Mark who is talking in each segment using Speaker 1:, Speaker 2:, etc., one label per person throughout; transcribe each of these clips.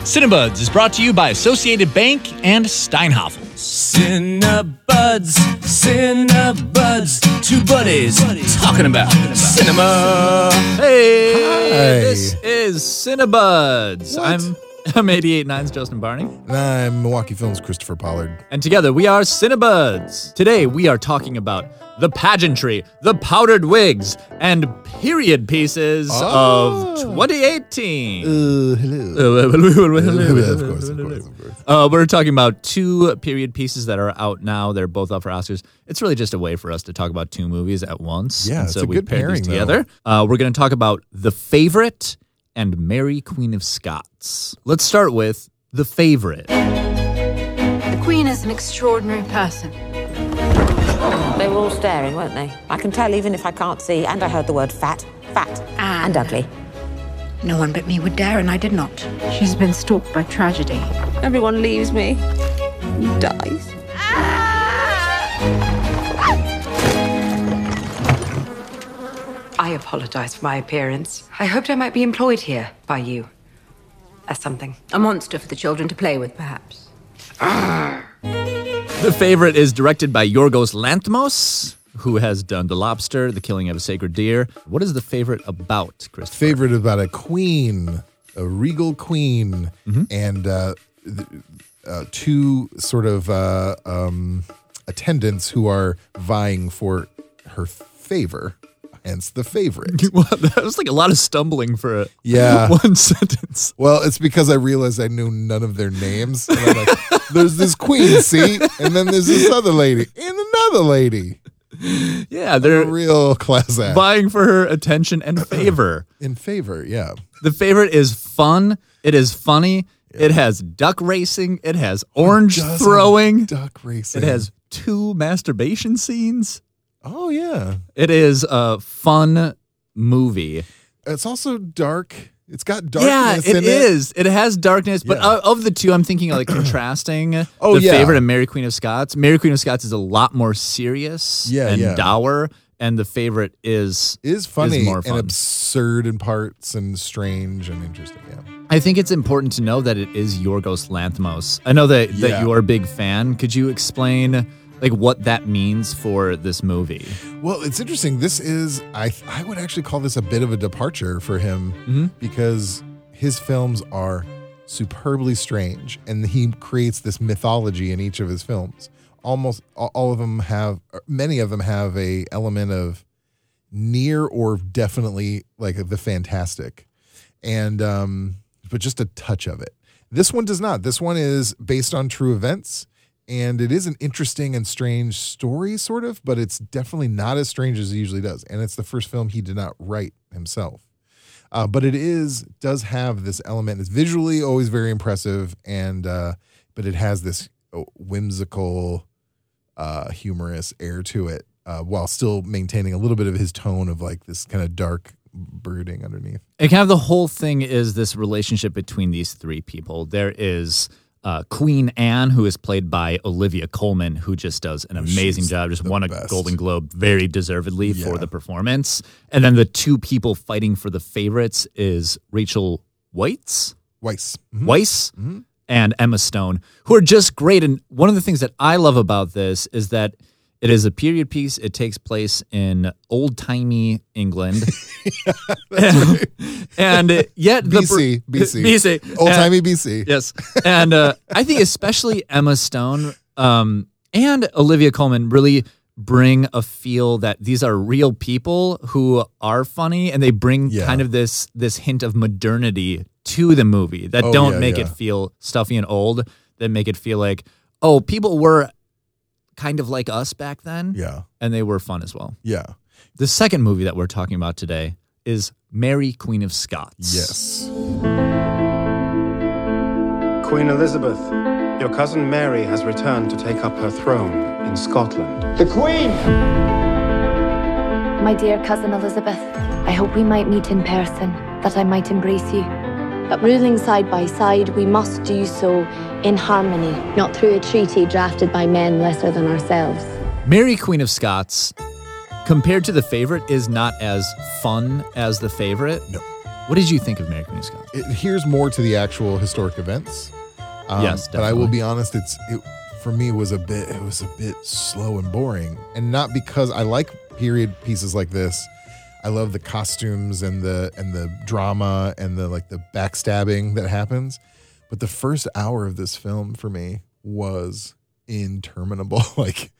Speaker 1: Cinebuds is brought to you by Associated Bank and Steinhoffel.
Speaker 2: Cinebuds, Cinebuds, two buddies talking about cinema.
Speaker 1: Hey,
Speaker 3: Hi.
Speaker 1: this is Cinebuds. I'm I'm 889's Justin Barney,
Speaker 3: I'm Milwaukee Films Christopher Pollard.
Speaker 1: and together we are Cinebuds. Today we are talking about the pageantry, the powdered wigs, and period pieces of 2018.
Speaker 3: Uh, hello. of course, of course, of course.
Speaker 1: Uh, we're talking about two period pieces that are out now. They're both up for Oscars. It's really just a way for us to talk about two movies at once.
Speaker 3: Yeah,
Speaker 1: and
Speaker 3: it's
Speaker 1: so
Speaker 3: a
Speaker 1: we
Speaker 3: good
Speaker 1: paired these
Speaker 3: pairing, though.
Speaker 1: together. Uh, we're going to talk about The Favorite and Mary Queen of Scots. Let's start with The Favorite.
Speaker 4: The Queen is an extraordinary person.
Speaker 5: They were all staring, weren't they? I can tell even if I can't see, and I heard the word fat, fat, and ugly.
Speaker 4: No one but me would dare, and I did not. She's been stalked by tragedy.
Speaker 6: Everyone leaves me. Dies.
Speaker 7: I apologize for my appearance. I hoped I might be employed here by you as something.
Speaker 6: A monster for the children to play with, perhaps.
Speaker 1: The Favorite is directed by Yorgos Lanthimos, who has done The Lobster, The Killing of a Sacred Deer. What is The Favorite about, Chris?
Speaker 3: Favorite about a queen, a regal queen, and uh, th- uh, two sort of uh, um, attendants who are vying for her favor, hence the favorite.
Speaker 1: Well, that was like a lot of stumbling for a,
Speaker 3: Yeah.
Speaker 1: one sentence.
Speaker 3: Well, it's because I realized I knew none of their names. And I'm like, there's this queen, see? And then there's this other lady, and another lady.
Speaker 1: Yeah, they're
Speaker 3: A real class act.
Speaker 1: vying for her attention and favor.
Speaker 3: In favor, yeah.
Speaker 1: The favorite is fun. It is funny. It has duck racing. It has orange
Speaker 3: Dozen
Speaker 1: throwing.
Speaker 3: duck racing.
Speaker 1: It has two masturbation scenes.
Speaker 3: Oh yeah.
Speaker 1: It is a fun movie.
Speaker 3: It's also dark. It's got
Speaker 1: Yeah,
Speaker 3: darkness
Speaker 1: it
Speaker 3: in
Speaker 1: is. It has darkness, but
Speaker 3: Yeah.
Speaker 1: o- of the two, I'm thinking like contrasting
Speaker 3: Oh,
Speaker 1: the
Speaker 3: yeah.
Speaker 1: favorite and Mary Queen of Scots. Mary Queen of Scots is a lot more serious
Speaker 3: Yeah,
Speaker 1: and
Speaker 3: yeah.
Speaker 1: dour, and the favorite is
Speaker 3: It is funny
Speaker 1: more fun.
Speaker 3: and absurd in parts and strange and interesting. Yeah.
Speaker 1: I think it's important to know that it is Yorgos Lanthimos. I know that, that
Speaker 3: Yeah.
Speaker 1: you're a big fan. Could you explain like what that means for this movie?
Speaker 3: Well, it's interesting. This is I I would actually call this a bit of a departure for him because his films are superbly strange and he creates this mythology in each of his films. Almost a- all of them have or many of them have a element of near or definitely like the fantastic and um but just a touch of it this one does not this one is based on true events and it is an interesting and strange story sort of but it's definitely not as strange as it usually does and it's the first film he did not write himself uh, but it is does have this element it's visually always very impressive and uh but it has this uh, whimsical uh, humorous air to it, uh, while still maintaining a little bit of his tone of like this kind of dark brooding underneath.
Speaker 1: And kind of the whole thing is this relationship between these three people. There is uh, Queen Anne, who is played by Olivia Colman, who just does an amazing
Speaker 3: Oh, she's
Speaker 1: job, just
Speaker 3: the
Speaker 1: won a
Speaker 3: best.
Speaker 1: Golden Globe very deservedly for
Speaker 3: Yeah.
Speaker 1: the performance. And then the two people fighting for the favorites is Rachel Whites.
Speaker 3: Weiss. Mm-hmm.
Speaker 1: Weiss and Emma Stone, who are just great. And one of the things that I love about this is that it is a period piece. It takes place in old timey England. and, yet the
Speaker 3: BC,
Speaker 1: per-
Speaker 3: BC,
Speaker 1: BC.
Speaker 3: old
Speaker 1: And-
Speaker 3: timey BC.
Speaker 1: Yes. And uh, I think especially Emma Stone um, and Olivia Colman really bring a feel that these are real people who are funny and they bring
Speaker 3: Yeah.
Speaker 1: kind of this this hint of modernity to the movie that
Speaker 3: Oh,
Speaker 1: don't
Speaker 3: yeah,
Speaker 1: make
Speaker 3: yeah.
Speaker 1: it feel stuffy and old that make it feel like oh people were kind of like us back then
Speaker 3: Yeah.
Speaker 1: and they were fun as well.
Speaker 3: Yeah.
Speaker 1: The second movie that we're talking about today is Mary Queen of Scots.
Speaker 3: Yes.
Speaker 8: Queen Elizabeth, your cousin Mary has returned to take up her throne in Scotland.
Speaker 9: The Queen!
Speaker 10: My dear cousin Elizabeth, I hope we might meet in person, that I might embrace you. But ruling side by side, we must do so in harmony, not through a treaty drafted by men lesser than ourselves.
Speaker 1: Mary Queen of Scots, compared to the favorite, is not as fun as the favorite.
Speaker 3: No.
Speaker 1: What did you think of Mary Queen of Scots?
Speaker 3: it here's more to the actual historic events. Um,
Speaker 1: Yes,
Speaker 3: but I will
Speaker 1: definitely.
Speaker 3: be honest. It's it for me was a bit it was a bit slow and boring, and not because I like period pieces like this. I love the costumes and the and the drama and the like the backstabbing that happens, but the first hour of this film for me was interminable. like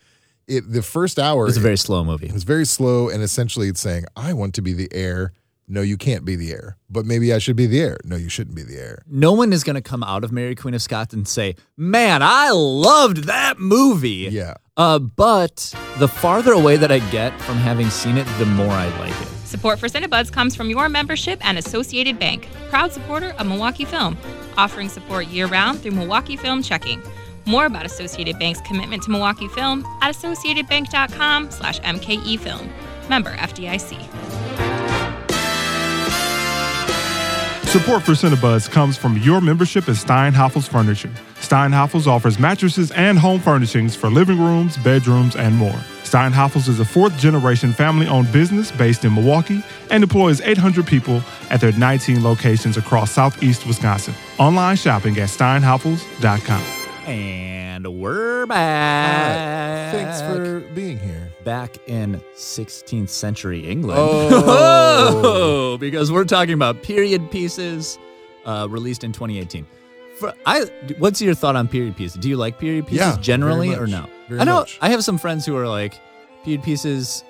Speaker 3: it, the first hour
Speaker 1: It was a very slow movie.
Speaker 3: it was very slow, and essentially it's saying, I want to be the heir. No, you can't be the heir, but maybe I should be the heir. No, you shouldn't be the heir.
Speaker 1: no one is going to come out of Mary Queen of Scots and say, "Man, I loved that movie."
Speaker 3: Yeah.
Speaker 1: Uh, but the farther away that I get from having seen it, the more I like it.
Speaker 9: Support for Cinebuds comes from your membership and Associated Bank, proud supporter of Milwaukee Film, offering support year round through Milwaukee Film Checking. More about Associated Bank's commitment to Milwaukee Film at associatedbank.com slash MKE Film. Member FDIC.
Speaker 11: Support for Cinebuds comes from your membership at Steinhoffels Furniture. Steinhoffels offers mattresses and home furnishings for living rooms, bedrooms, and more. Steinhoffels is a fourth generation family owned business based in Milwaukee and employs 800 people at their 19 locations across southeast Wisconsin. Online shopping at steinhoffels.com.
Speaker 1: And we're back.
Speaker 3: Thanks for being here.
Speaker 1: back in 16th century England.
Speaker 3: Oh.
Speaker 1: Oh, because we're talking about period pieces uh, released in 2018. For, I, what's your thought on period pieces? Do you like period pieces
Speaker 3: Yeah, very
Speaker 1: generally or
Speaker 3: much.
Speaker 1: no?
Speaker 3: Very
Speaker 1: I know
Speaker 3: much.
Speaker 1: I have some friends who are like period pieces.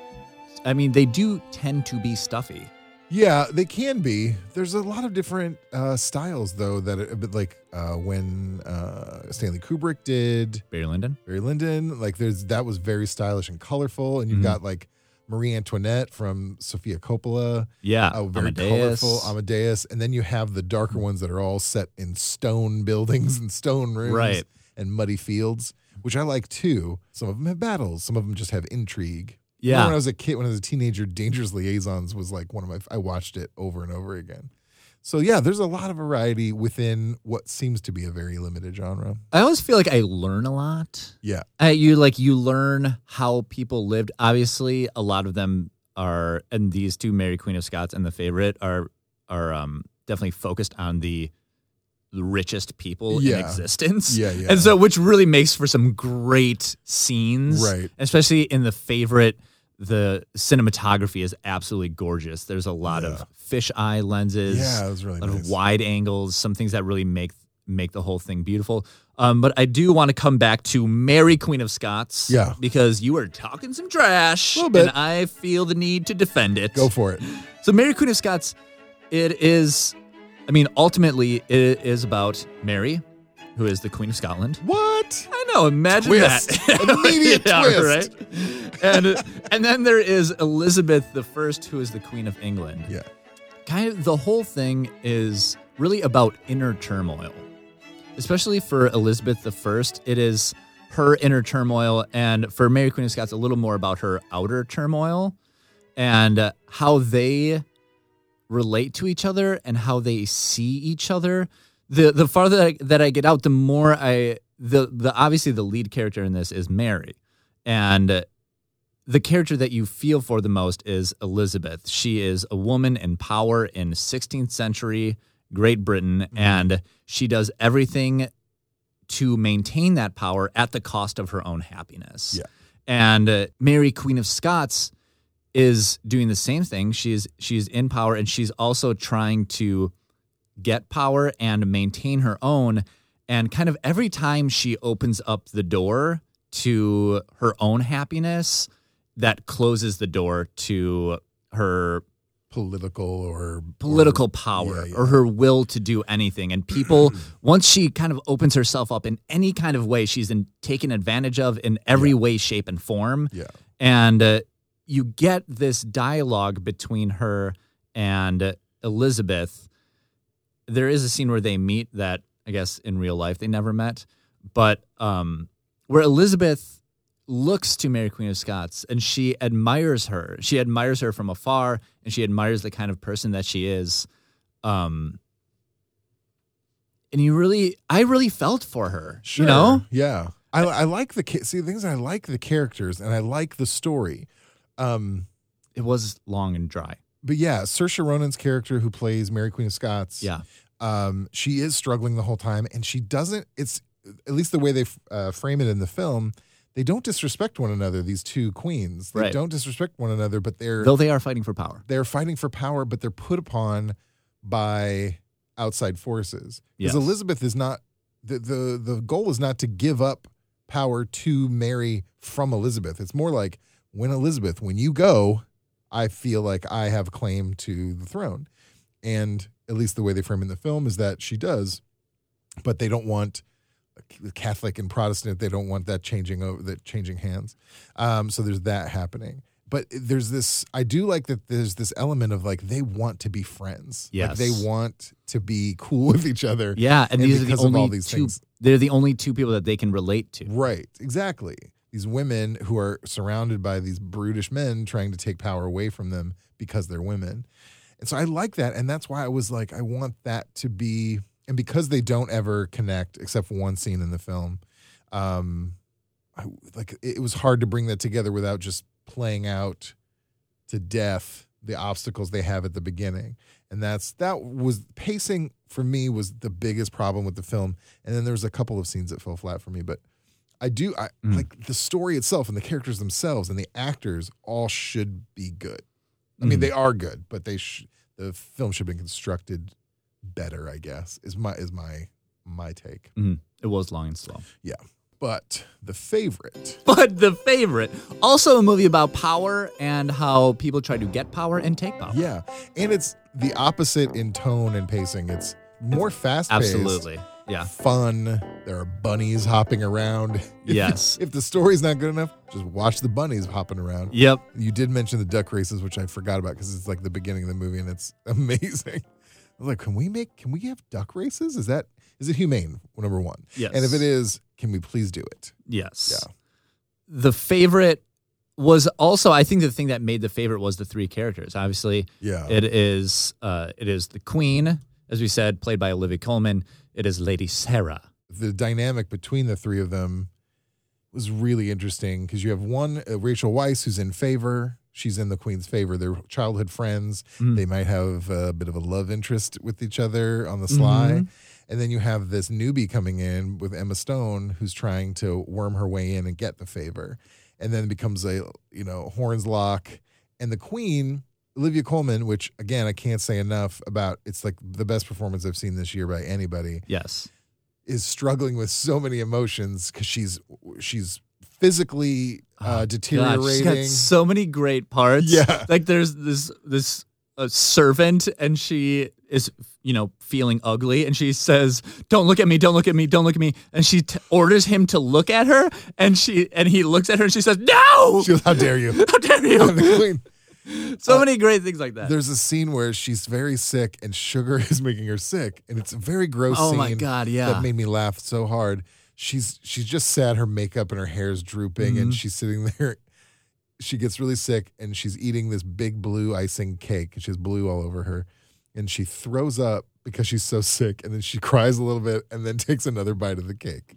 Speaker 1: I mean, they do tend to be stuffy.
Speaker 3: Yeah, they can be. There's a lot of different uh, styles, though, that are a bit like uh, when uh, Stanley Kubrick did
Speaker 1: Barry Lyndon.
Speaker 3: Barry Lyndon. Like, there's that was very stylish and colorful, and you've
Speaker 1: Mhm.
Speaker 3: got like Marie Antoinette from Sofia Coppola.
Speaker 1: Yeah.
Speaker 3: Oh, very
Speaker 1: Amadeus. Mm-hmm.
Speaker 3: colorful Amadeus. And then you have the darker ones that are all set in stone buildings and stone rooms
Speaker 1: Right.
Speaker 3: and muddy fields, which I like too. Some of them have battles, some of them just have intrigue.
Speaker 1: Yeah.
Speaker 3: Remember When I was a kid, when I was a teenager, Dangerous Liaisons was like one of my, I watched it over and over again. So yeah, there's a lot of variety within what seems to be a very limited genre.
Speaker 1: I always feel like I learn a lot.
Speaker 3: Yeah.
Speaker 1: Uh, you like you learn how people lived. Obviously, a lot of them are, and these two, Mary Queen of Scots and the Favorite, are are um, definitely focused on the richest people
Speaker 3: Yeah.
Speaker 1: in existence.
Speaker 3: Yeah, yeah.
Speaker 1: And so, which really makes for some great scenes,
Speaker 3: Right.
Speaker 1: Especially in the Favorite, the cinematography is absolutely gorgeous. There's a lot of fisheye lenses
Speaker 3: Yeah, it was really
Speaker 1: a lot
Speaker 3: nice.
Speaker 1: of wide angles, some things that really make make the whole thing beautiful. Um, but I do want to come back to Mary Queen of Scots,
Speaker 3: Yeah.
Speaker 1: because you are talking some trash,
Speaker 3: Little bit.
Speaker 1: and I feel the need to defend it.
Speaker 3: Go for it.
Speaker 1: So Mary Queen of Scots, it is, I mean, ultimately it is about Mary, who is the Queen of Scotland.
Speaker 3: What?
Speaker 1: I know. Imagine
Speaker 3: Twist.
Speaker 1: that.
Speaker 3: Immediate twist.
Speaker 1: Right? And and then there is Elizabeth the First, who is the Queen of England
Speaker 3: Yeah.
Speaker 1: kind of the whole thing is really about inner turmoil. Especially for Elizabeth I, it is her inner turmoil, and for Mary Queen of Scots, a little more about her outer turmoil and uh, how they relate to each other and how they see each other. The the farther that I, that I get out, the more I the the obviously the lead character in this is Mary, and uh, the character that you feel for the most is Elizabeth. She is a woman in power in 16th century Great Britain, and she does everything to maintain that power at the cost of her own happiness.
Speaker 3: Yeah.
Speaker 1: And uh, Mary, Queen of Scots, is doing the same thing. She's she's in power, and she's also trying to get power and maintain her own. And kind of every time she opens up the door to her own happiness, that closes the door to her
Speaker 3: Political or
Speaker 1: political
Speaker 3: or-
Speaker 1: power
Speaker 3: yeah,
Speaker 1: or her will to do anything. And people, once she kind of opens herself up in any kind of way, she's in, taken advantage of in every way, shape, and form.
Speaker 3: Yeah.
Speaker 1: And uh, you get this dialogue between her and uh, Elizabeth. There is a scene where they meet that I guess in real life they never met, but um, where Elizabeth looks to Mary Queen of Scots and she admires her. She admires her from afar and she admires the kind of person that she is. Um, and you really, I really felt for her.
Speaker 3: Sure.
Speaker 1: You know?
Speaker 3: Yeah. I, I like the ca- see the things I like the characters and I like the story. Um,
Speaker 1: It was long and dry.
Speaker 3: but yeah, Saoirse Ronan's character who plays Mary Queen of Scots.
Speaker 1: Yeah.
Speaker 3: Um, she is struggling the whole time, and she doesn't. It's at least the way they f- uh, frame it in the film. They don't disrespect one another. These two queens. They
Speaker 1: Right.
Speaker 3: don't disrespect one another, but they're
Speaker 1: Though they are fighting for power.
Speaker 3: they're fighting for power, but they're put upon by outside forces.
Speaker 1: Yes.
Speaker 3: Because Elizabeth is not the, the the goal is not to give up power to Mary from Elizabeth. It's more like when Elizabeth, when you go, I feel like I have claim to the throne. And at least the way they frame in the film is that she does, but they don't want Catholic and Protestant. They don't want that changing over that changing hands. Um, so there's that happening. But there's this. I do like that. There's this element of like they want to be friends.
Speaker 1: Yes.
Speaker 3: like they want to be cool with each other.
Speaker 1: Yeah, and, these are the
Speaker 3: because of
Speaker 1: only
Speaker 3: all these
Speaker 1: two.
Speaker 3: things.
Speaker 1: They're the only two people that they can relate to.
Speaker 3: Right, exactly. These women who are surrounded by these brutish men trying to take power away from them because they're women. And so I like that. And that's why I was like, I want that to be. And because they don't ever connect except for one scene in the film, um, I, like it was hard to bring that together without just playing out to death the obstacles they have at the beginning. And that's that was pacing for me was the biggest problem with the film. And then there was a couple of scenes that fell flat for me, but I do I
Speaker 1: Mm.
Speaker 3: like the story itself and the characters themselves and the actors all should be good. I mean,
Speaker 1: Mhm.
Speaker 3: they are good, but they sh- the film should have been constructed better, I guess. Is my is my my take.
Speaker 1: Mhm. It was long and slow.
Speaker 3: Yeah. But the favorite.
Speaker 1: But the favorite, also a movie about power and how people try to get power and take power.
Speaker 3: Yeah. And it's the opposite in tone and pacing. It's more fast paced.
Speaker 1: Absolutely. Yeah.
Speaker 3: Fun. There are bunnies hopping around. If you-
Speaker 1: Yes.
Speaker 3: if the story's not good enough, just watch the bunnies hopping around.
Speaker 1: Yep.
Speaker 3: You did mention the duck races, which I forgot about because it's like the beginning of the movie and it's amazing. I was like, can we make can we have duck races? Is that is it humane? Number one.
Speaker 1: Yes.
Speaker 3: And if it is, can we please do it?
Speaker 1: Yes.
Speaker 3: Yeah.
Speaker 1: The favorite was also I think the thing that made the favorite was the three characters. Obviously,
Speaker 3: Yeah.
Speaker 1: it is uh, it is the queen, as we said, played by Olivia Colman. It is Lady Sarah.
Speaker 3: the dynamic between the three of them was really interesting because you have one uh, Rachel Weisz who's in favor. She's in the queen's favor. They're childhood friends.
Speaker 1: Mm.
Speaker 3: They might have a bit of a love interest with each other on the sly.
Speaker 1: Mhm.
Speaker 3: And then you have this newbie coming in with Emma Stone who's trying to worm her way in and get the favor. And then it becomes a, you know, horns lock. And the queen, Olivia Colman, which again, I can't say enough about, it's like the best performance I've seen this year by anybody
Speaker 1: Yes.
Speaker 3: is struggling with so many emotions because she's she's physically uh,
Speaker 1: Oh, God, she's got
Speaker 3: deteriorating.
Speaker 1: so many great parts.
Speaker 3: Yeah.
Speaker 1: Like there's this this uh, servant and she is you know feeling ugly and she says don't look at me don't look at me don't look at me and she t- orders him to look at her and she and he looks at her and she says no
Speaker 3: She goes, "How dare you!"
Speaker 1: how dare
Speaker 3: I'm the
Speaker 1: you
Speaker 3: queen.
Speaker 1: so many great things like that
Speaker 3: There's a scene where she's very sick and sugar is making her sick, and it's a very gross.
Speaker 1: Oh
Speaker 3: scene
Speaker 1: my God, yeah.
Speaker 3: that made me laugh so hard. She's she's just sad. Her makeup and her hair's drooping,
Speaker 1: Mm-hmm.
Speaker 3: and she's sitting there. She gets really sick, and she's eating this big blue icing cake, and she has blue all over her, and she throws up because she's so sick, and then she cries a little bit, and then takes another bite of the cake.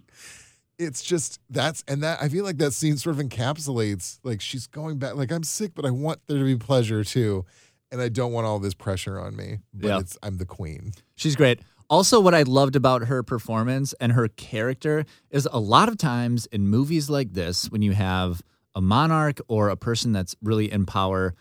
Speaker 3: It's just that's and that I feel like that scene sort of encapsulates like she's going back like I'm sick, but I want there to be pleasure too, and I don't want all this pressure on me. But
Speaker 1: Yeah.
Speaker 3: it's I'm the queen.
Speaker 1: She's great. Also, what I loved about her performance and her character is a lot of times in movies like this, when you have a monarch or a person that's really in power,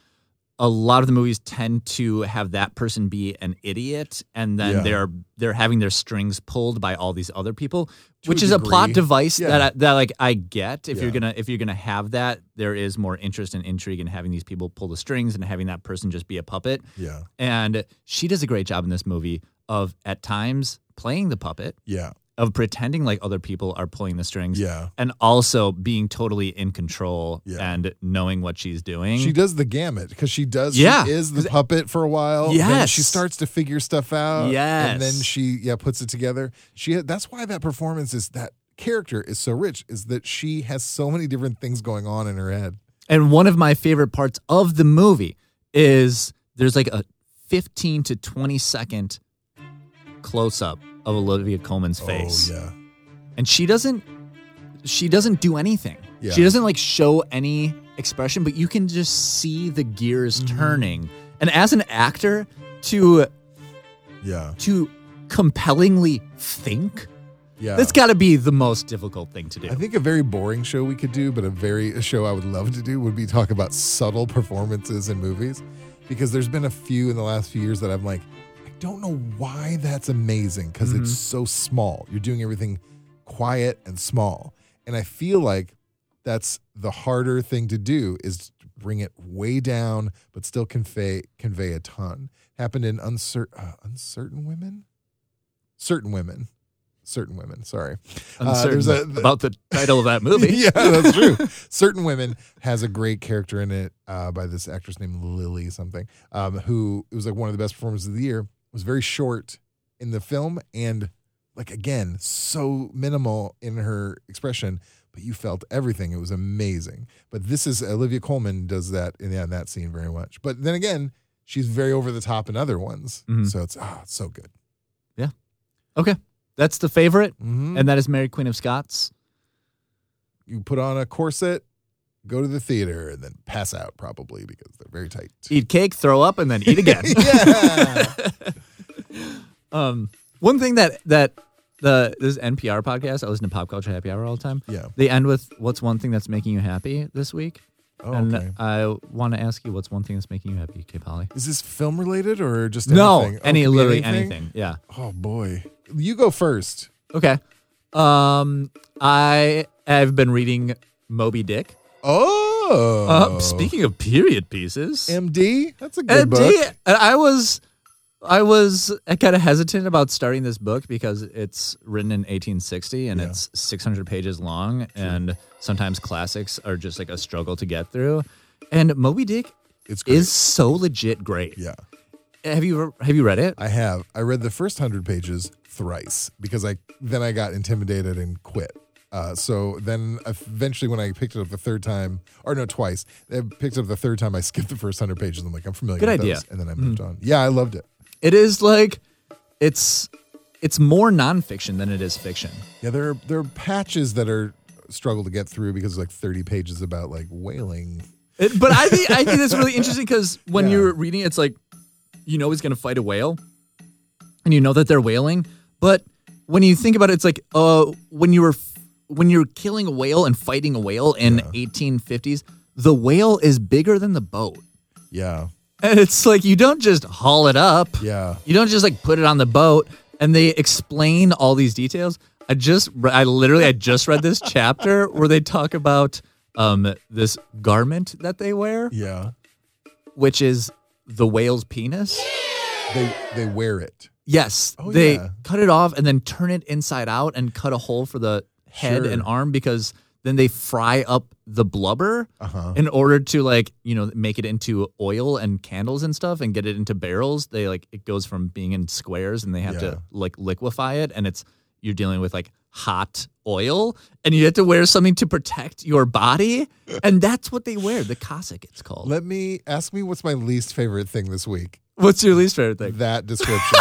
Speaker 1: a lot of the movies tend to have that person be an idiot, and then
Speaker 3: Yeah.
Speaker 1: they're they're having their strings pulled by all these other people,
Speaker 3: To
Speaker 1: which
Speaker 3: a
Speaker 1: is a plot
Speaker 3: degree.
Speaker 1: device
Speaker 3: Yeah.
Speaker 1: that I, that like I get. If you're
Speaker 3: Yeah.
Speaker 1: gonna if you're gonna have that, there is more interest and intrigue in having these people pull the strings and having that person just be a puppet.
Speaker 3: Yeah.
Speaker 1: And she does a great job in this movie of at times playing the puppet,
Speaker 3: Yeah.
Speaker 1: of pretending like other people are pulling the strings,
Speaker 3: Yeah.
Speaker 1: and also being totally in control
Speaker 3: Yeah.
Speaker 1: and knowing what she's doing.
Speaker 3: She does the gamut because she does.
Speaker 1: Yeah.
Speaker 3: She is the puppet for a while. Then she
Speaker 1: Yes.
Speaker 3: starts to figure stuff out. And then
Speaker 1: Yes.
Speaker 3: she yeah puts it together. She that's why that performance is that character is so rich is that she has so many different things going on in her head.
Speaker 1: and one of my favorite parts of the movie is there's like a 15 to 20 second close up of Olivia Coleman's face.
Speaker 3: Oh yeah.
Speaker 1: and she doesn't she doesn't do anything
Speaker 3: Yeah. Mm-hmm.
Speaker 1: she doesn't like show any expression but you can just see the gears turning And as an actor, to
Speaker 3: yeah,
Speaker 1: to compellingly think,
Speaker 3: Yeah.
Speaker 1: that's got to be the most difficult thing to do.
Speaker 3: I think a very boring show we could do, but a very a show I would love to do would be talk about subtle performances in movies, because there's been a few in the last few years that I'm like, I don't know why that's amazing because it's
Speaker 12: Mhm.
Speaker 1: Mm-hmm.
Speaker 3: so small. You're doing everything quiet and small, and I feel like that's the harder thing to do is to bring it way down, but still convey convey a ton. Happened in uncertain uh, uncertain women, certain women. Certain women, sorry. Uh,
Speaker 1: Uncertain
Speaker 3: there's a-
Speaker 1: about the title of that movie.
Speaker 3: yeah, that's true. Certain Women has a great character in it uh, by this actress named Lily something, um, who it was like one of the best performances of the year. Was very short in the film and like again so minimal in her expression, but you felt everything. It was amazing. But this is Olivia Coleman does that in, yeah, in that scene very much. But then again, she's very over the top in other ones,
Speaker 1: Mhm.
Speaker 3: so it's ah, it's so good.
Speaker 1: Okay, that's the favorite,
Speaker 3: Mhm.
Speaker 1: and that is Mary Queen of Scots.
Speaker 3: You put on a corset, go to the theater, and then pass out probably because they're very tight.
Speaker 1: Eat cake, throw up, and then eat again. um, one thing that that the this NPR podcast I listen to Pop Culture Happy Hour all the time.
Speaker 3: Yeah.
Speaker 1: They end with what's one thing that's making you happy this week.
Speaker 3: Oh,
Speaker 1: and
Speaker 3: okay.
Speaker 1: I want to ask you what's one thing that's making you happy, Kay Polly.
Speaker 3: Is this film related or just
Speaker 1: No,
Speaker 3: anything? Oh,
Speaker 1: any-
Speaker 3: it could be
Speaker 1: literally anything, yeah.
Speaker 3: Oh boy, you go first.
Speaker 1: Okay. Um, I have been reading Moby Dick.
Speaker 3: Oh.
Speaker 1: Uh, speaking of period pieces,
Speaker 3: MD. That's a good book.
Speaker 1: and Uh, I was, I was kind of hesitant about starting this book because it's written in 1860 and it's 600 pages long, and sometimes classics are just like a struggle to get through. And Moby Dick,
Speaker 3: it's
Speaker 1: is so legit great.
Speaker 3: Yeah.
Speaker 1: Have you have you read it?
Speaker 3: I have. I read the first hundred pages thrice because I then I got intimidated and quit. Uh, so then eventually, when I picked it up the third time, or no, twice, I picked it up the third time. I skipped the first hundred pages. I'm like, I'm familiar.
Speaker 1: Good
Speaker 3: with
Speaker 1: idea. Hmm.
Speaker 3: Those, and then I moved on. Yeah, I loved it.
Speaker 1: It is like, it's it's more nonfiction than it is fiction.
Speaker 3: Yeah, there are there are patches that are struggle to get through because like 30 pages about like whaling.
Speaker 1: It- but I think I think that's really interesting because when you're reading, it, it's like you know he's gonna fight a whale, and you know that they're whaling. But when you think about it, it's like uh, when you were f- when you're killing a whale and fighting a whale in 1850s, the whale is bigger than the boat,
Speaker 3: Yeah.
Speaker 1: and it's like you don't just haul it up.
Speaker 3: Yeah.
Speaker 1: You don't just like put it on the boat, and they explain all these details. I just, re- I literally, I just read this chapter where they talk about um this garment that they wear
Speaker 3: Yeah.
Speaker 1: which is the whale's penis.
Speaker 3: They they wear it.
Speaker 1: Yes,
Speaker 3: Oh,
Speaker 1: they
Speaker 3: yeah.
Speaker 1: cut it off and then turn it inside out and cut a hole for the head
Speaker 3: Sure.
Speaker 1: and arm because then they fry up the blubber
Speaker 3: Uh-huh.
Speaker 1: in order to like you know make it into oil and candles and stuff and get it into barrels. They like it goes from being in squares and they have
Speaker 3: Yeah.
Speaker 1: to like liquefy it and it's you're dealing with like hot oil and you have to wear something to protect your body and that's what they wear the cossack it's called
Speaker 3: Let me ask me what's my least favorite thing this week.
Speaker 1: what's your least favorite thing
Speaker 3: That description.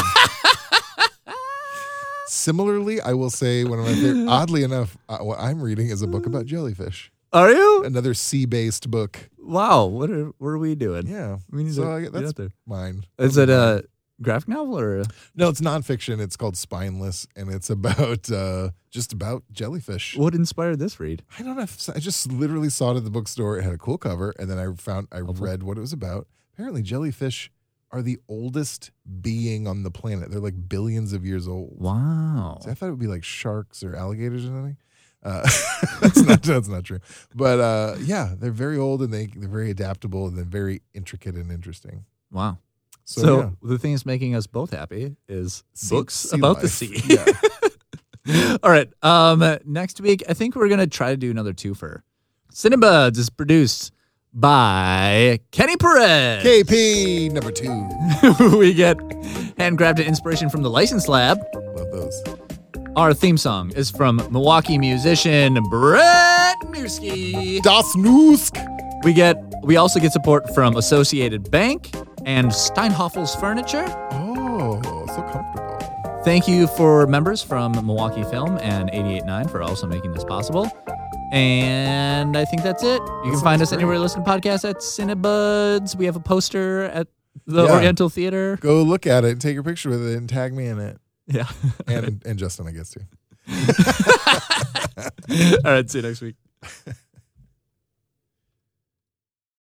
Speaker 3: Similarly, I will say one of my favorite. Oddly enough, uh, what I'm reading is a book about jellyfish.
Speaker 1: Are you
Speaker 3: another sea-based book?
Speaker 1: Wow, what are what are we doing?
Speaker 3: Yeah,
Speaker 1: we need
Speaker 3: so
Speaker 1: to
Speaker 3: I-
Speaker 1: get
Speaker 3: that's
Speaker 1: out there.
Speaker 3: mine.
Speaker 1: Is it a graphic novel or? a-
Speaker 3: No, it's nonfiction. It's called Spineless, and it's about uh, just about jellyfish.
Speaker 1: What inspired this read?
Speaker 3: I don't know. If, I just literally saw it at the bookstore. It had a cool cover, and then I found I read what it was about. Apparently, jellyfish are the oldest being on the planet. They're like billions of years old.
Speaker 1: Wow.
Speaker 3: See, I thought it would be like sharks or alligators or something. Uh, that's not that's not true. But uh, yeah, they're very old and they they're very adaptable and they're very intricate and interesting.
Speaker 1: Wow. So,
Speaker 3: So, yeah.
Speaker 1: the thing that's making us both happy is
Speaker 3: Sea-
Speaker 1: books
Speaker 3: sea
Speaker 1: about the
Speaker 3: life.
Speaker 1: sea. All right. Um, next week, I think we're gonna try to do another twofer. Cinebuds is produced by Kenny Perez.
Speaker 3: KP number two.
Speaker 1: we get handcrafted inspiration from the License Lab.
Speaker 3: Love those.
Speaker 1: Our theme song is from Milwaukee musician Brett Musky.
Speaker 3: Das Nusk.
Speaker 1: We get we also get support from Associated Bank and Steinhoffel's Furniture.
Speaker 3: Oh, so comfortable.
Speaker 1: Thank you for members from Milwaukee Film and 889 for also making this possible. And I think that's it. You can find us anywhere you listen to podcasts at Cinebuds. We have a poster at the
Speaker 3: Yeah.
Speaker 1: Oriental Theater.
Speaker 3: Go look at it, take a picture with it, and tag me in it.
Speaker 1: Yeah.
Speaker 3: and and Justin, I guess too.
Speaker 1: All right. See you next week.